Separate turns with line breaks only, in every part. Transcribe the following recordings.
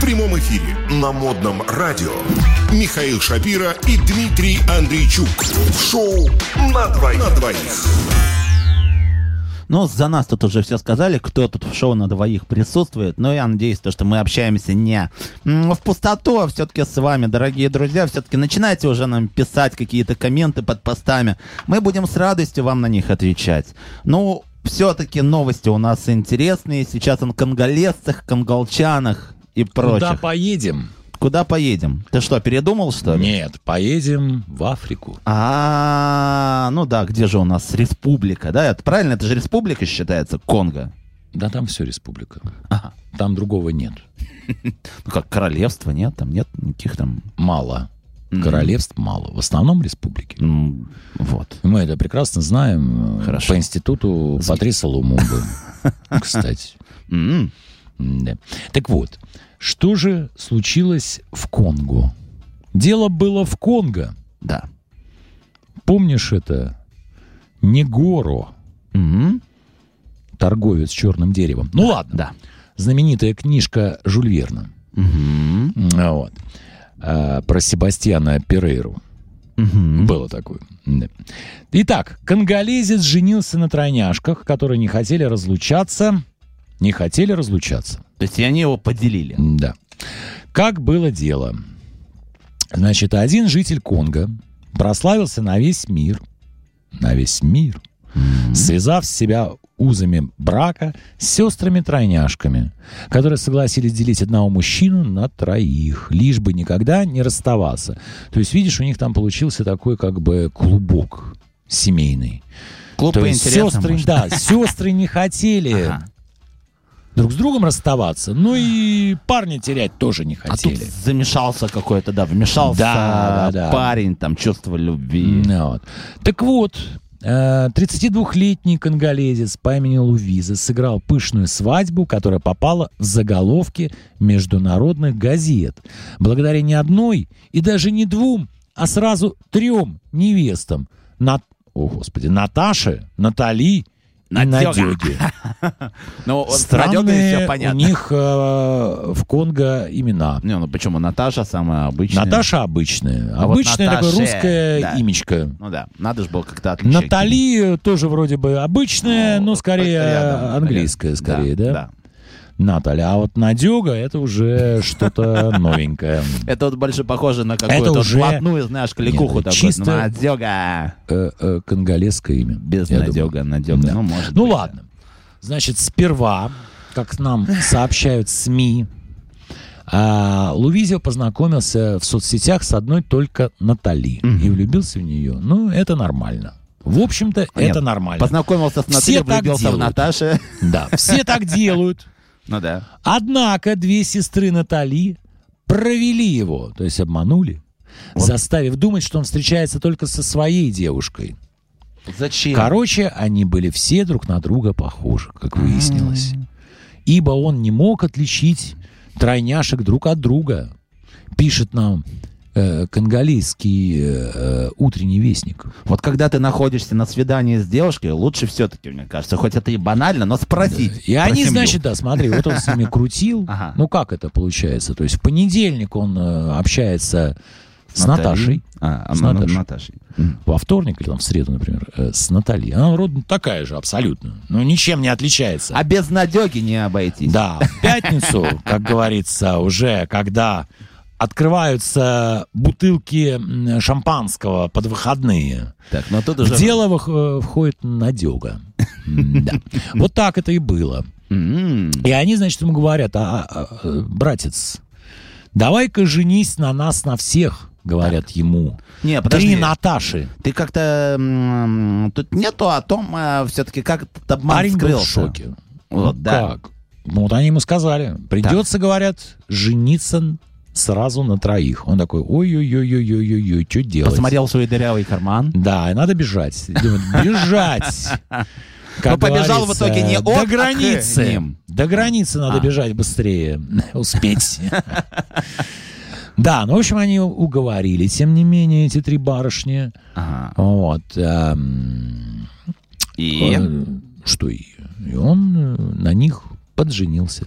прямом эфире на модном радио Михаил Шапира и Дмитрий Андрейчук. В шоу на двоих. На двоих.
Ну, за нас тут уже все сказали, кто тут в шоу на двоих присутствует. Но я надеюсь, то, что мы общаемся не м, в пустоту, а все-таки с вами, дорогие друзья. Все-таки начинайте уже нам писать какие-то комменты под постами. Мы будем с радостью вам на них отвечать. Ну, все-таки новости у нас интересные. Сейчас о конголезцах, конголчанах и прочих.
Куда поедем?
Куда поедем? Ты что, передумал, что ли?
Нет, поедем в Африку.
А, ну да, где же у нас республика, да? Это правильно, это же республика считается, Конго.
Да там все республика.
Ага.
Там другого нет.
Ну как, королевство, нет? Там нет никаких там...
Мало.
Мгм.
Королевств мало. В основном республики.
м, Вот.
Мы это прекрасно знаем. э,
Хорошо.
По институту Патриса Лумумбы, кстати.
М,
Да. Так вот, что же случилось в Конго? Дело было в Конго.
Да.
Помнишь это? Негоро,
М,
торговец черным деревом. Ну ладно.
М-м. Да.
Знаменитая книжка Жюль Верна.
Мгм,
А Вот. А, Про Себастьяна Перейру.
мгм.
Было такое. Да. Итак, конголезец женился на тройняшках, которые не хотели разлучаться. Не хотели разлучаться.
То есть и они его поделили.
Да. Как было дело? Значит, один житель Конго прославился на весь мир, на весь мир, связав себя узами брака с сестрами-тройняшками, которые согласились делить одного мужчину на троих, лишь бы никогда не расставаться. То есть, видишь, у них там получился такой как бы клубок семейный.
Клуб
То
по
есть
интересам,
сестры,
может.
да, сестры не хотели
Ага.
друг с другом расставаться, ну и парня терять тоже не
А тут
хотели.
замешался какой-то, да, вмешался
Да, да, да.
парень, там, чувство любви.
Да, вот. Так вот, э, 32-летний конголезец по имени Лувиза сыграл пышную свадьбу, которая попала в заголовки международных газет. Благодаря не одной и даже не двум, а сразу трем невестам. На... О, Господи, Наташе, Натали и
Надёга.
Надёге.
Ну, вот с Надёгой
Странные
всё
у
понятно.
них э, в Конго имена.
Не, ну почему? Наташа самая обычная.
Наташа обычная.
А вот
обычная такое
Наташе,
русское
да.
имечко.
Ну да, надо же было как-то отличать.
Натали тоже вроде бы обычная,
Ну,
но скорее
рядом,
английская,
рядом.
скорее, да? Наталя. А вот Надега это уже что-то новенькое.
Это ну, вот больше похоже на какую-то
уже-
блатную, знаешь, кликуху
Нет,
такую.
чисто-
Надёга.
Э, э, Конголезское имя.
Без
я думаю.
надёга, надёга.
Да.
Ну, может
Ну
быть,
ладно. Значит, сперва, как нам сообщают СМИ, а, Лувизио познакомился в соцсетях с одной только Натали и влюбился в нее. Ну, это нормально. В общем-то,
Нет,
это нормально.
Познакомился с Натальей,
Все так
влюбился в
делают.
Наташе.
Да, все так делают.
Ну да.
Однако две сестры Натали провели его, то есть обманули, заставив думать, что он встречается только со своей девушкой.
Зачем?
Короче, они были все друг на друга похожи, как выяснилось. Ибо он не мог отличить тройняшек друг от друга, пишет нам э, конголейский э, э, утренний вестник.
Вот когда ты находишься на свидании с девушкой, лучше все-таки, мне кажется, хоть это и банально, но спросить.
И
про
они,
семью.
значит, да, смотри, вот он с ними крутил.
Ага.
Ну как это получается? То есть в понедельник он э, общается с
Натальей.
Наташей,
А, а,
С
ну,
Наташей.
Наташей.
во вторник или там в среду, например, э, с Натальей. Она вроде такая же абсолютно. Ну ничем не отличается.
А без надеги не обойтись.
Да, в пятницу, как говорится, уже когда открываются бутылки м, шампанского под выходные,
Так, но тут
в
уже...
дело вых- э, входит надега. Да. Вот так это и было.
М,
И они, значит, ему говорят, а, а, э, братец, давай-ка женись на нас, на всех, говорят ему.
Не,
Три
подожди.
Наташи.
Ты как-то... м, Тут нету о том, все-таки как этот обман
Парень был в
скрылся.
шоке.
Вот,
Ну,
да.
Как? Ну, вот они ему сказали, придется, говорят, жениться сразу на троих. Он такой, ой-ой-ой-ой-ой-ой, что делать?
Посмотрел свой дырявый карман.
Да, и надо бежать. Думает, бежать.
Но побежал в
говорится,
итоге не от, а
До
к
границы.
ним.
До границы надо
А.
бежать быстрее. Успеть. Да, ну, в общем, они уговорили, тем не менее, эти три барышни.
Ага.
Вот. эм,
И...
э, Что и... И он э, на них подженился.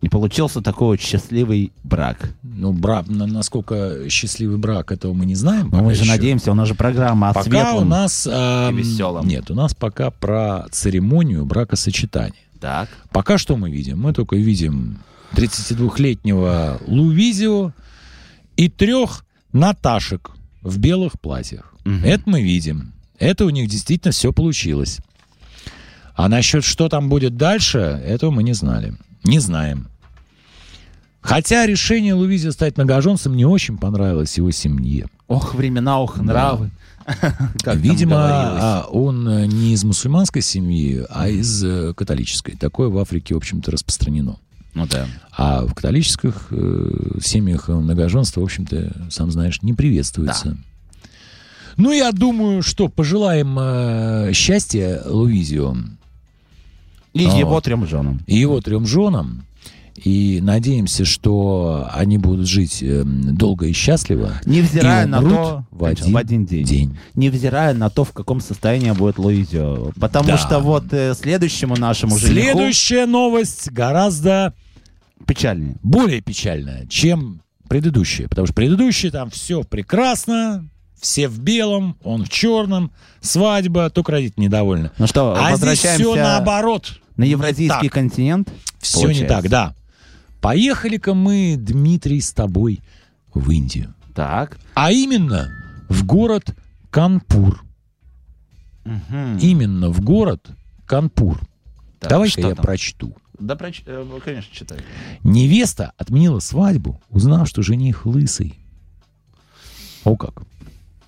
И получился такой вот счастливый брак.
Ну, брак, на- насколько счастливый брак, этого мы не знаем.
Но
пока
мы же
еще.
надеемся, у нас же программа о
Пока
светлом.
у нас... эм,
весёлом.
Нет, у нас пока про церемонию бракосочетания.
Так.
Пока что мы видим? Мы только видим 32-летнего Луизио и трех Наташек в белых платьях.
Мгм.
Это мы видим. Это у них действительно все получилось. А насчет, что там будет дальше, этого мы не знали. Не знаем. Хотя решение Луизио стать многоженцем не очень понравилось его семье.
Ох, времена, ох, нравы. Как там
Видимо,
говорилось.
а, он э, не из мусульманской семьи, а из э, католической. Такое в Африке, в общем-то, распространено.
Ну да.
А в католических э, семьях э, многоженство, в общем-то, сам знаешь, не приветствуется. Ну, я думаю, что пожелаем э, счастья Луизио
И
А.
его трем женам.
и его трем женам. И надеемся, что они будут жить э, долго и счастливо.
Невзирая
И
на
умрут
то,
в один
день.
день.
Невзирая на то, в каком состоянии будет Луизио. Потому
Да.
что вот э, следующему нашему жениху
Следующая новость гораздо
печальнее.
более печальная, чем предыдущая. Потому что предыдущая там все прекрасно, все в белом, он в черном, свадьба, только родители недовольны.
Ну что,
А здесь
возвращаемся
все наоборот.
на евразийский
так.
континент.
Все не
Получается.
так, да. Поехали-ка мы, Дмитрий, с тобой в Индию.
Так.
А именно в город Канпур.
Мгм.
Именно в город Канпур.
Так,
Давай-ка
что
я
там?
прочту.
Да, проч- э, конечно, читай.
Невеста отменила свадьбу, узнав, что жених лысый. О как.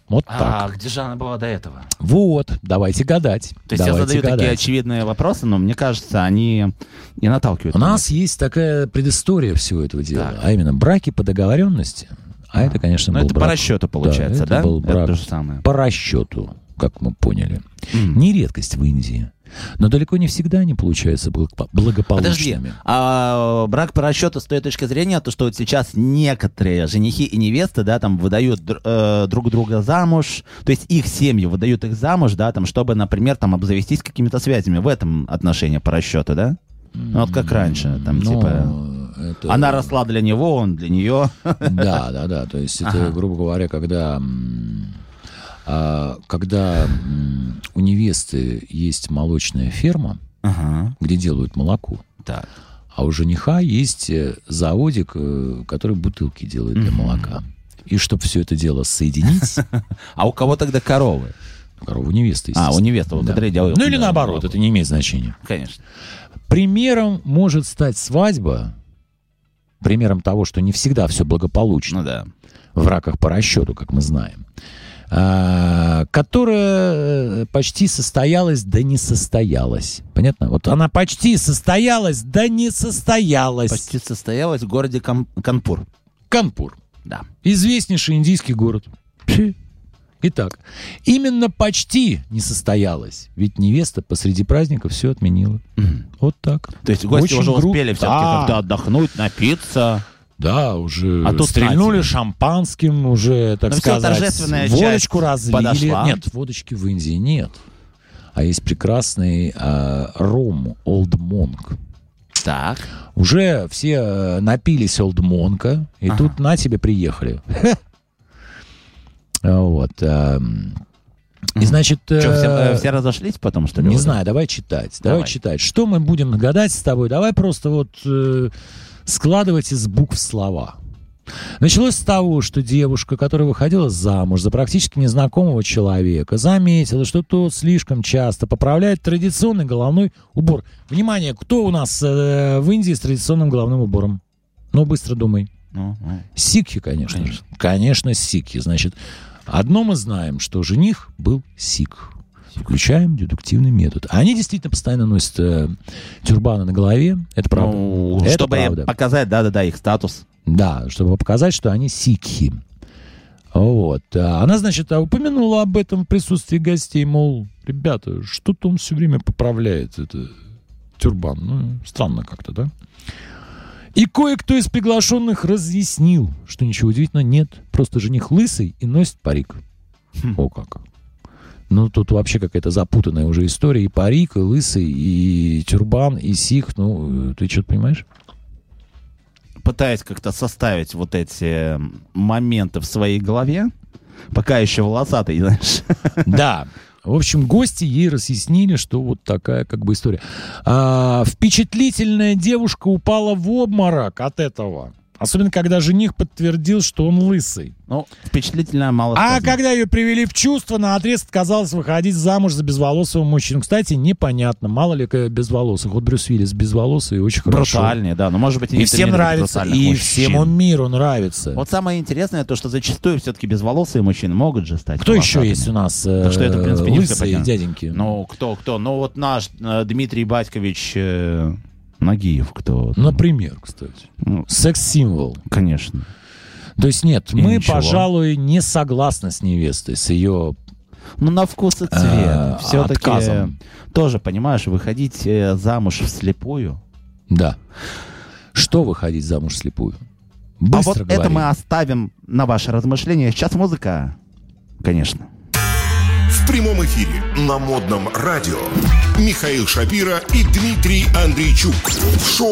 Вот так.
А, где же она была до этого?
Вот, давайте гадать.
То есть я
Давайте
задаю такие
гадать.
очевидные вопросы, но мне кажется, они не наталкивают.
У нас есть такая предыстория всего этого дела,
Так.
а именно браки по договоренности. А это, конечно,
Ну,
был
это по
брак
расчету получается,
это
да?
был брак.
то же самое.
по расчету, как мы поняли.
М.
Не редкость в Индии. Но далеко не всегда они получаются благо-
Подожди,
благополучными.
а брак по расчету с той точки зрения, то, что вот сейчас некоторые женихи и невесты, да, там выдают др- э, друг друга замуж, то есть их семьи выдают их замуж, да, там, чтобы, например, там обзавестись какими-то связями в этом отношении по расчету, да? Ну, вот как раньше, там,
Ну,
типа,
это-
она росла для него, он для нее.
Да, да, да. То есть это,
Ага.
грубо говоря, когда м, а, когда м, у невесты есть молочная ферма,
Ага,
где делают молоко,
так.
а у жениха есть э, заводик, э, который бутылки делает для
Мгм.
молока. И чтобы все это дело соединить,
А у кого тогда коровы?
корову невесты,
А, у
естественно.
невесты, вот,
Да.
которые делают.
Ну или
да,
наоборот,
молоко.
это не имеет значения.
Конечно.
Примером может стать свадьба, примером того, что не всегда все благополучно.
Ну да.
в раках по расчету, как мы знаем, а, которая э, почти состоялась, да не состоялась. Понятно? Вот она почти состоялась, да не состоялась.
Почти состоялась в городе Кам- Канпур.
Канпур.
Да.
Известнейший индийский город. Пфи. Итак, именно почти не состоялась. Ведь невеста посреди праздника все отменила. Вот так.
То есть гости
Очень
уже
гру-
успели все-таки
Да.
как-то отдохнуть, напиться.
Да, уже Ну,
А тут
стрельнули
тратили.
шампанским, уже, так
Но всё,
сказать,
торжественная
водочку
часть
разлили.
подошла.
Нет, водочки в Индии нет. А есть прекрасный э, ром Old Monk.
Так.
Уже все э, напились Old Monk'а, и
Ага.
тут на тебе приехали. А Вот. эм. И значит...
Что, все,
э,
э, все разошлись потом, что ли?
не
вот?
знаю, давай читать. Давай.
Давай.
читать. Что мы будем гадать с тобой? Давай просто вот э, складывать из букв слова. Началось с того, что девушка, которая выходила замуж за практически незнакомого человека, заметила, что тот слишком часто поправляет традиционный головной убор. Внимание, кто у нас э, в Индии с традиционным головным убором? Ну, быстро думай.
Ну, ну.
Сикхи, конечно,
Конечно.
же. Конечно, сикхи. Значит, одно мы знаем, что жених был сикх. Включаем дедуктивный метод. Они действительно постоянно носят э, тюрбаны на голове. Это правда.
Ну,
Это
чтобы
правда.
показать, да-да-да, их статус.
Да, чтобы показать, что они сикхи. Вот. А Она, значит, а, упомянула об этом в присутствии гостей, мол, ребята, что-то он все время поправляет, это тюрбан. Ну, странно как-то, да? И кое-кто из приглашенных разъяснил, что ничего удивительного нет. Просто жених лысый и носит парик.
Хм.
О как. Ну, тут вообще какая-то запутанная уже история. И парик, и лысый, и тюрбан, и сих. Ну, э, ты что-то понимаешь?
пытаюсь как-то составить вот эти моменты в своей голове, пока еще волосатый, знаешь.
Да. В общем, гости ей разъяснили, что вот такая как бы история. А, впечатлительная девушка упала в обморок от этого. Особенно, когда жених подтвердил, что он лысый.
Ну, впечатлительно мало.
А
сказано.
когда ее привели в чувство, на отрез отказалась выходить замуж за безволосого мужчину. Кстати, непонятно, мало ли э, безволосых. Вот Брюс Виллис безволосый, очень хорошо.
Брутальный, да. Но, может быть, и,
И
не
всем
тренировали
нравится,
брутальных
и
мужчин.
всему миру нравится.
Вот самое интересное то, что зачастую все-таки безволосые мужчины могут же стать
Кто еще
волосатыми.
есть у нас э,
Да что это, в принципе, не все
лысые
понятно.
дяденьки?
Ну, кто, кто? Ну, вот наш э, Дмитрий Батькович э, Нагиев, кто?
Ну,
там?
Например, кстати.
Ну,
Секс-символ.
конечно.
То есть нет,
И
мы,
ничего.
пожалуй, не согласны с невестой, с ее...
Ну, на вкус и цвет.
А,
Все-таки
отказом.
тоже, понимаешь, выходить э, замуж вслепую.
Да. Что выходить замуж слепую? Быстро
а вот это
говори.
мы оставим на ваше размышление. Сейчас музыка, конечно.
В прямом эфире на модном радио Михаил Шапира и Дмитрий Андрейчук. В шоу